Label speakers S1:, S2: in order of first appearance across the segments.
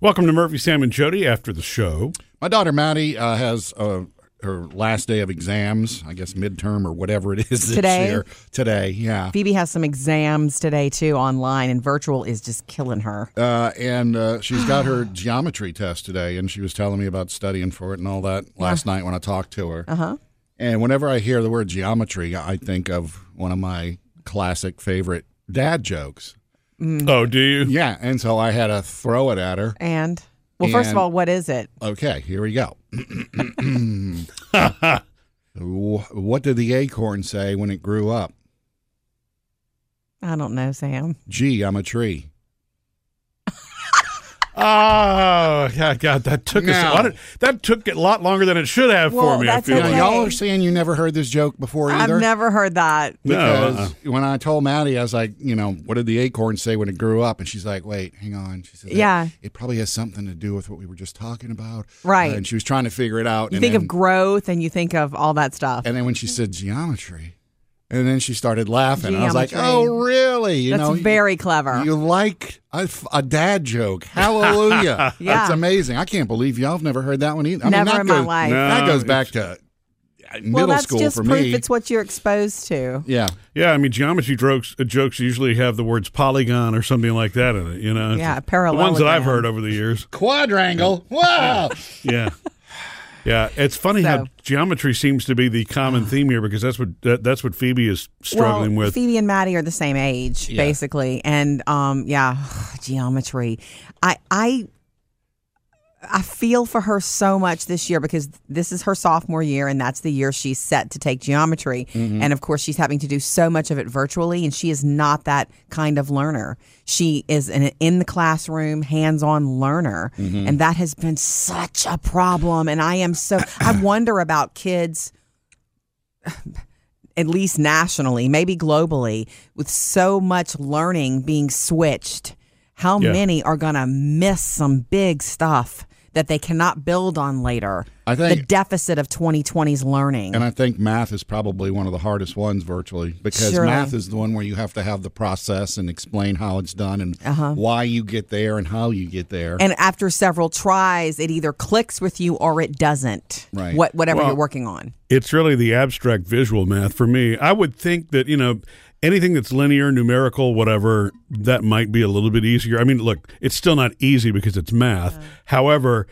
S1: Welcome to Murphy, Sam, and Jody after the show.
S2: My daughter Maddie uh, has uh, her last day of exams, I guess midterm or whatever it is this
S3: Today?
S2: year. Today, yeah.
S3: Phoebe has some exams today too online, and virtual is just killing her.
S2: Uh, and uh, she's got her geometry test today, and she was telling me about studying for it and all that last night when I talked to her. Uh-huh. And whenever I hear the word geometry, I think of one of my classic favorite dad jokes.
S3: Mm.
S1: Oh, do you?
S2: Yeah, and so I had to throw it at her.
S3: And well, first of
S2: And-
S3: all, what is it?
S2: Okay, here we go. Wh- what did the acorn say when it grew up?
S3: I don't know, Sam.
S2: Gee, I'm a tree.
S1: Oh, God, God that took us.
S2: No.
S1: a lot- that took a lot longer than it should have for
S3: Well,
S1: me. I
S3: that's
S1: feel
S3: okay.
S1: like.
S2: Now, y'all are saying you never heard this joke before either.
S3: I've never heard that.
S1: No,
S2: because
S1: uh-uh.
S2: when I told Maddie, I was like, you know, what did the acorn say when it grew up? And she's like, wait, hang on. She says, "It-
S3: Yeah.
S2: it, probably has something to do with what we were just talking about.
S3: Right.
S2: and she was trying to figure it out.
S3: You
S2: and
S3: think
S2: then,
S3: of growth and you think of all that stuff.
S2: and then when she said geometry, and then she started laughing. I was like,
S3: Geometry.
S2: oh, really? You
S3: That's
S2: know, you-
S3: very clever.
S2: You like a, a dad joke? Hallelujah!
S3: Yeah.
S2: That's amazing. I can't believe y'all have never heard that one either. I
S3: Never
S2: mean, that
S3: in my
S2: goes,
S3: life.
S1: No,
S2: That goes back to uh, middle
S3: well, that's
S2: school
S3: just
S2: for
S3: proof
S2: me.
S3: it's what you're exposed to.
S2: yeah.
S1: Yeah, I mean, geometry jokes, uh, jokes usually have the words polygon or something like that in it, you know?
S3: Yeah,
S1: The ones that I've
S3: parallelogram.
S1: heard over the years.
S2: Quadrangle. Wow.
S1: Yeah. Yeah, it's funny how
S3: So-
S1: geometry seems to be the common theme here because that's what that, that's what Phoebe is struggling
S3: well,
S1: with.
S3: Phoebe and Maddie are the same age,
S2: Yeah.
S3: basically, and um, yeah, geometry. I I I feel for her so much this year because this is her sophomore year, and that's the year she's set to take geometry.
S1: Mm-hmm.
S3: And of course, she's having to do so much of it virtually, and she is not that kind of learner. She is an in the classroom, hands on learner,
S1: Mm-hmm.
S3: and that has been such a problem. And I am so I wonder about kids at least nationally, maybe globally, with so much learning being switched, how
S1: Yeah.
S3: many are going to miss some big stuff that they cannot build on later?
S2: I think-
S3: the deficit of 2020's learning.
S2: And I think math is probably one of the hardest ones virtually because
S3: Surely.
S2: math is the one where you have to have the process and explain how it's done and why you get there and how you get there.
S3: Uh-huh. and after several tries, it either clicks with you or it doesn't.
S2: Right.
S3: What, whatever
S1: Well-
S3: you're working on.
S1: It's really the abstract visual math for me. I would think that, you know, anything that's linear, numerical, whatever, that might be a little bit easier. I mean, look, it's still not easy because it's math. However,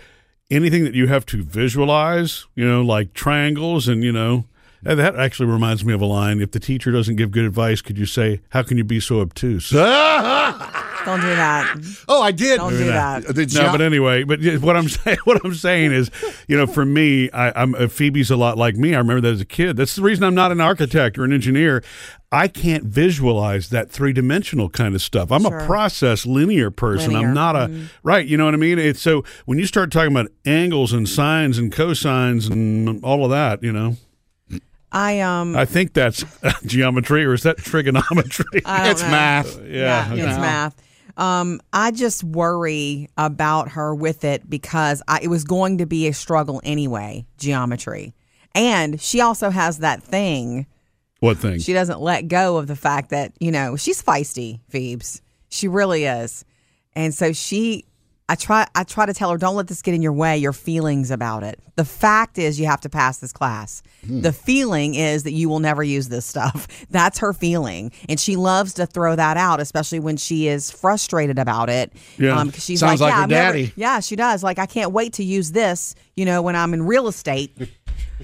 S1: anything that you have to visualize, you know, like triangles and, you know, and that actually reminds me of a line. If the teacher doesn't give good advice, could you say, How can you be so obtuse?
S3: Don't do that.
S2: oh, I did.
S3: Don't do that.
S2: The geo-
S1: No, but anyway, but yeah, what I'm saying, what I'm saying is, you know, for me, I, I'm uh, Phoebe's a lot like me. I remember that as a kid. That's the reason I'm not an architect or an engineer. I can't visualize that three dimensional kind of stuff. I'm a process linear person.
S3: Linear. Mm-hmm.
S1: I'm not a right. You know what I mean? It's so when you start talking about angles and sines and cosines and all of that, you know,
S3: I um.
S1: I think that's geometry or is that trigonometry?
S3: I don't
S2: it's
S3: know.
S2: math.
S1: yeah,
S3: yeah,
S1: okay.
S3: it's math. Um, I just worry about her with it because I, it was going to be a struggle anyway. Geometry, and she also has that thing.
S1: what thing?
S3: She doesn't let go of the fact that you know she's feisty, Phoebes. She really is, and so she. I try. I try to tell her, don't let this get in your way. Your feelings about it. The fact is, you have to pass this class.
S1: Hmm.
S3: The feeling is that you will never use this stuff. That's her feeling, and she loves to throw that out, especially when she is frustrated about it. Um,
S1: Yeah.
S3: 'cause she's
S2: Sounds like
S3: yeah,
S2: her
S3: I'm never-
S2: daddy.
S3: yeah, she does. Like, I can't wait to use this. You know, when I'm in real estate,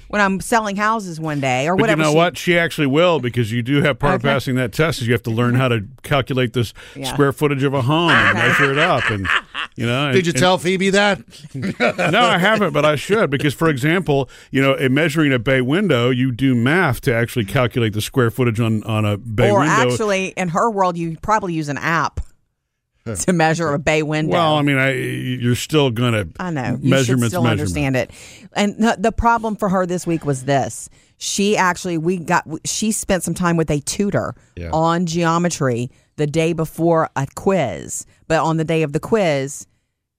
S3: when I'm selling houses one day or
S1: But you
S3: whatever.
S1: know
S3: she-
S1: what? She actually will because you do have part of
S3: Okay.
S1: passing that test is you have to learn how to calculate this
S3: Yeah.
S1: square footage of a home and measure it up, and you know.
S2: Did you
S1: and-
S2: tell Phoebe that?
S1: and- No, I haven't, but I should because, for example, you know, in measuring a bay window, you do math to actually calculate the square footage on on a bay
S3: or
S1: window.
S3: actually in her world you probably use an app to measure a bay window
S1: well, I mean, I you're still gonna
S3: I know. You should
S1: measurements
S3: still
S1: measurement.
S3: understand it. And the, the problem for her this week was this. She actually, we got, she spent some time with a tutor
S2: Yeah.
S3: on geometry the day before a quiz. But on the day of the quiz,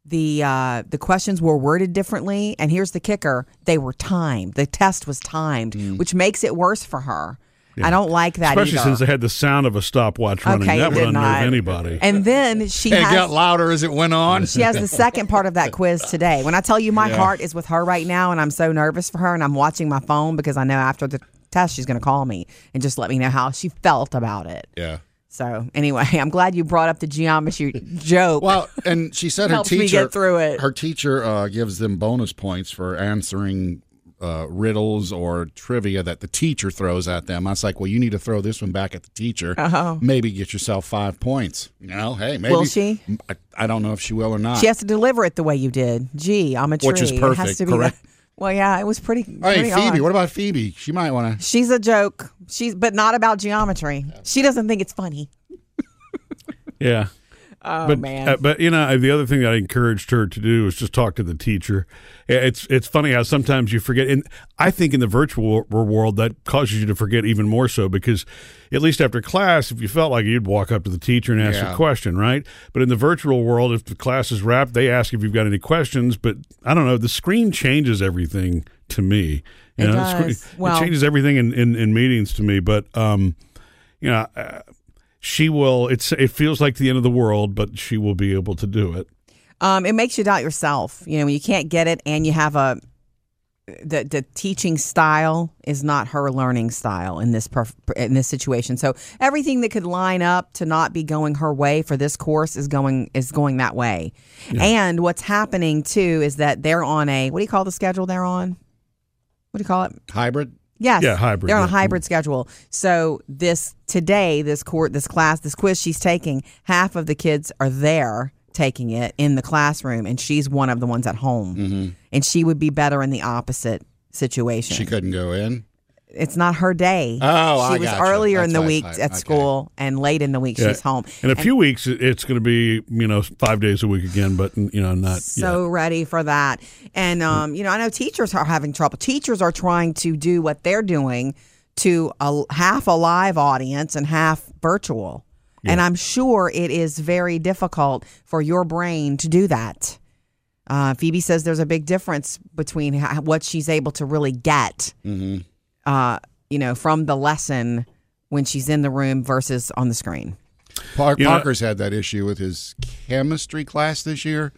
S3: the uh, the questions were worded differently, and here's the kicker: they were timed. The test was timed, which makes it worse for her. I don't like that
S1: Mm. Especially
S3: either.
S1: since they had the sound of a stopwatch running.
S3: Okay,
S1: that
S3: it
S1: would
S3: did
S1: unnerve
S3: not.
S1: anybody.
S3: and then she
S2: It
S3: has
S2: got louder as it went on.
S3: She has the second part of that quiz today. When I tell you my heart is with her right now, and I'm so nervous for her, and I'm watching my phone because I know after the test she's going to call me and just let me know how she felt about it.
S2: Yeah.
S3: So anyway, I'm glad you brought up the geometry joke.
S2: Well, and she said her
S3: Helps me
S2: teacher
S3: get through it.
S2: Her teacher uh, gives them bonus points for answering uh, riddles or trivia that the teacher throws at them. I was like, well, you need to throw this one back at the teacher.
S3: Uh-huh.
S2: Maybe get yourself five points. You know, hey, maybe
S3: Will she?
S2: I, I don't know if she will or not.
S3: She has to deliver it the way you did. Gee, I'm a tree.
S2: Which is
S3: It has
S2: perfect,
S3: to be the-
S2: correct?
S3: well, yeah, it was pretty.
S2: hey,
S3: pretty
S2: Phoebe,
S3: odd.
S2: what about Phoebe? She might want to.
S3: She's a joke. She's but not about geometry. She doesn't think it's funny.
S1: Yeah.
S3: Oh
S1: but,
S3: man.
S1: uh, but you know, the other thing that I encouraged her to do is just talk to the teacher. It's it's funny how sometimes you forget, and I think in the virtual wor- world that causes you to forget even more so because, at least after class, if you felt like it, you'd walk up to the teacher and ask
S2: Yeah.
S1: a question, right? But in the virtual world, if the class is wrapped, they ask if you've got any questions. But I don't know, the screen changes everything to me. You
S3: It
S1: know, the
S3: does.
S1: Screen,
S3: Well-
S1: it changes everything in, in, in meetings to me. But um, you know. Uh, she will it's it feels like the end of the world but she will be able to do it
S3: Um, it makes you doubt yourself. You know, when you can't get it and you have a the the teaching style is not her learning style in this perf- in this situation. So everything that could line up to not be going her way for this course is going is going that way. And what's happening too is that they're on a what do you call the schedule they're on? What do you call it?
S2: Hybrid?
S3: Yes.
S1: Yeah, hybrid,
S3: They're on a
S1: yeah.
S3: hybrid schedule. So this today, this court, this class, this quiz she's taking, half of the kids are there taking it in the classroom, and she's one of the ones at home. And she would be better in the opposite situation.
S2: Mm-hmm. She couldn't go in.
S3: it's not her day.
S2: Oh,
S3: she
S2: I
S3: was
S2: gotcha.
S3: earlier in
S2: That's
S3: the
S2: why it's
S3: week
S2: hybrid.
S3: at
S2: Okay.
S3: school, and late in the week
S1: Yeah.
S3: she's home.
S1: in a few weeks it- it's going to be you know 5 days a week again but you know not
S3: so ready for that. And um, you know, I know teachers are having trouble. Teachers are trying to do what they're doing to a half a live audience and half virtual. And I'm sure it is very difficult for your brain to do that. Uh, Phoebe says there's a big difference between ho- what she's able to really get, uh, you know, from the lesson when she's in the room versus on the screen.
S2: Par-
S1: You know-
S2: Parker's had that issue with his chemistry class this year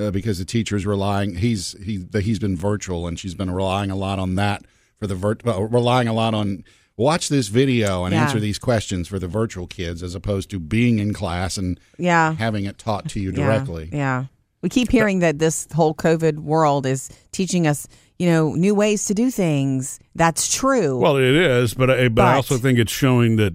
S2: uh, because the teacher's relying. He's he the, he's been virtual and she's been relying a lot on that for the vir- well, relying a lot on watch this video and
S3: Yeah.
S2: answer these questions for the virtual kids as opposed to being in class and
S3: Yeah.
S2: having it taught to you
S3: Yeah,
S2: directly.
S3: Yeah. We keep hearing that this whole COVID world is teaching us, you know, new ways to do things. That's true.
S1: well it is but I, but,
S3: But- Ah.
S1: I also think it's showing that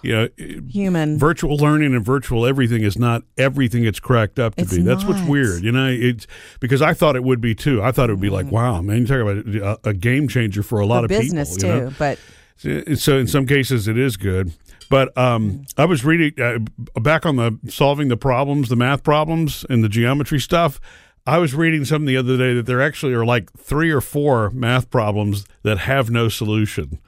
S1: you know it-
S3: Human.
S1: virtual learning and virtual everything is not everything it's cracked up to
S3: It's
S1: be that's what's
S3: not.
S1: weird you know it's because I thought it would be too I thought it would be like wow man you talk about uh, a, a game changer for a lot
S3: Mm. For
S1: of
S3: business
S1: people you
S3: too,
S1: know?
S3: but
S1: Uh, So in some cases it is good, but um, I was reading uh, back on the solving the problems, the math problems, and the geometry stuff. I was reading something the other day that there actually are like three or four math problems that have no solution,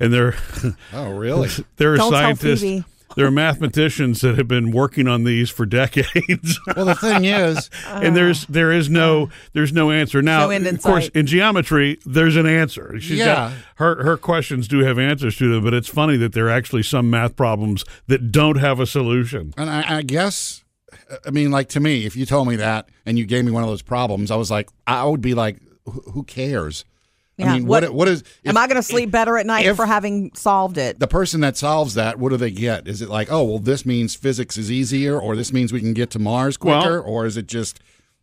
S1: and there
S2: Oh, really?
S1: there are
S3: Don't tell
S1: scientists,
S3: Phoebe.
S1: there are mathematicians that have been working on these for decades.
S2: well, the thing is,
S1: and there's there is no there's no answer now.
S3: Oh. No end in
S1: of course,
S3: sight.
S1: in geometry, there's an answer. She's got-
S2: Yeah.
S1: her her questions do have answers to them, but it's funny that there are actually some math problems that don't have a solution.
S2: and I, I guess. uh, I mean, like to me, if you told me that and you gave me one of those problems, I was like, I would be like, who who cares?
S3: Yeah,
S2: I mean, what
S3: what-
S2: what is?
S3: am I going to sleep better at night
S2: if-
S3: for having solved it?
S2: the person that solves that, what do they get? Is it like, oh, well, this means physics is easier, or this means we can get to Mars
S1: Well-
S2: quicker, or is it just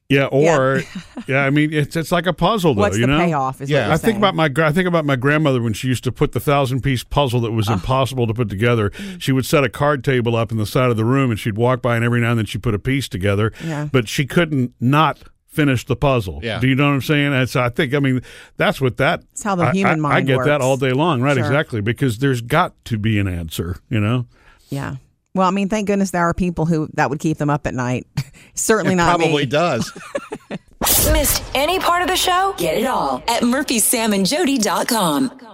S1: Yeah, or yeah, I mean it's it's like a puzzle though,
S3: What's
S1: you
S3: the
S1: know.
S3: payoff? Is
S2: Yeah.
S3: what you're
S1: I think
S3: saying.
S1: about my gra- I think about my grandmother when she used to put the thousand piece puzzle that was
S3: Oh.
S1: impossible to put together.
S3: Mm.
S1: She would set a card table up in the side of the room, and she'd walk by, and every now and then she put a piece together.
S3: Yeah.
S1: But she couldn't not finish the puzzle.
S2: Yeah.
S1: Do you know what I'm saying? And so I think I mean that's what that.
S3: It's how the
S1: I-
S3: human
S1: I, I
S3: mind
S1: get that
S3: works.
S1: all day long, right?
S3: Sure.
S1: Exactly, because there's got to be an answer. You know.
S3: yeah. Well, I mean, thank goodness there are people who that would keep them up at night. Certainly
S2: it
S3: not
S2: probably
S3: me.
S2: does?
S4: Missed any part of the show? Get it all at murphysamandjody.com.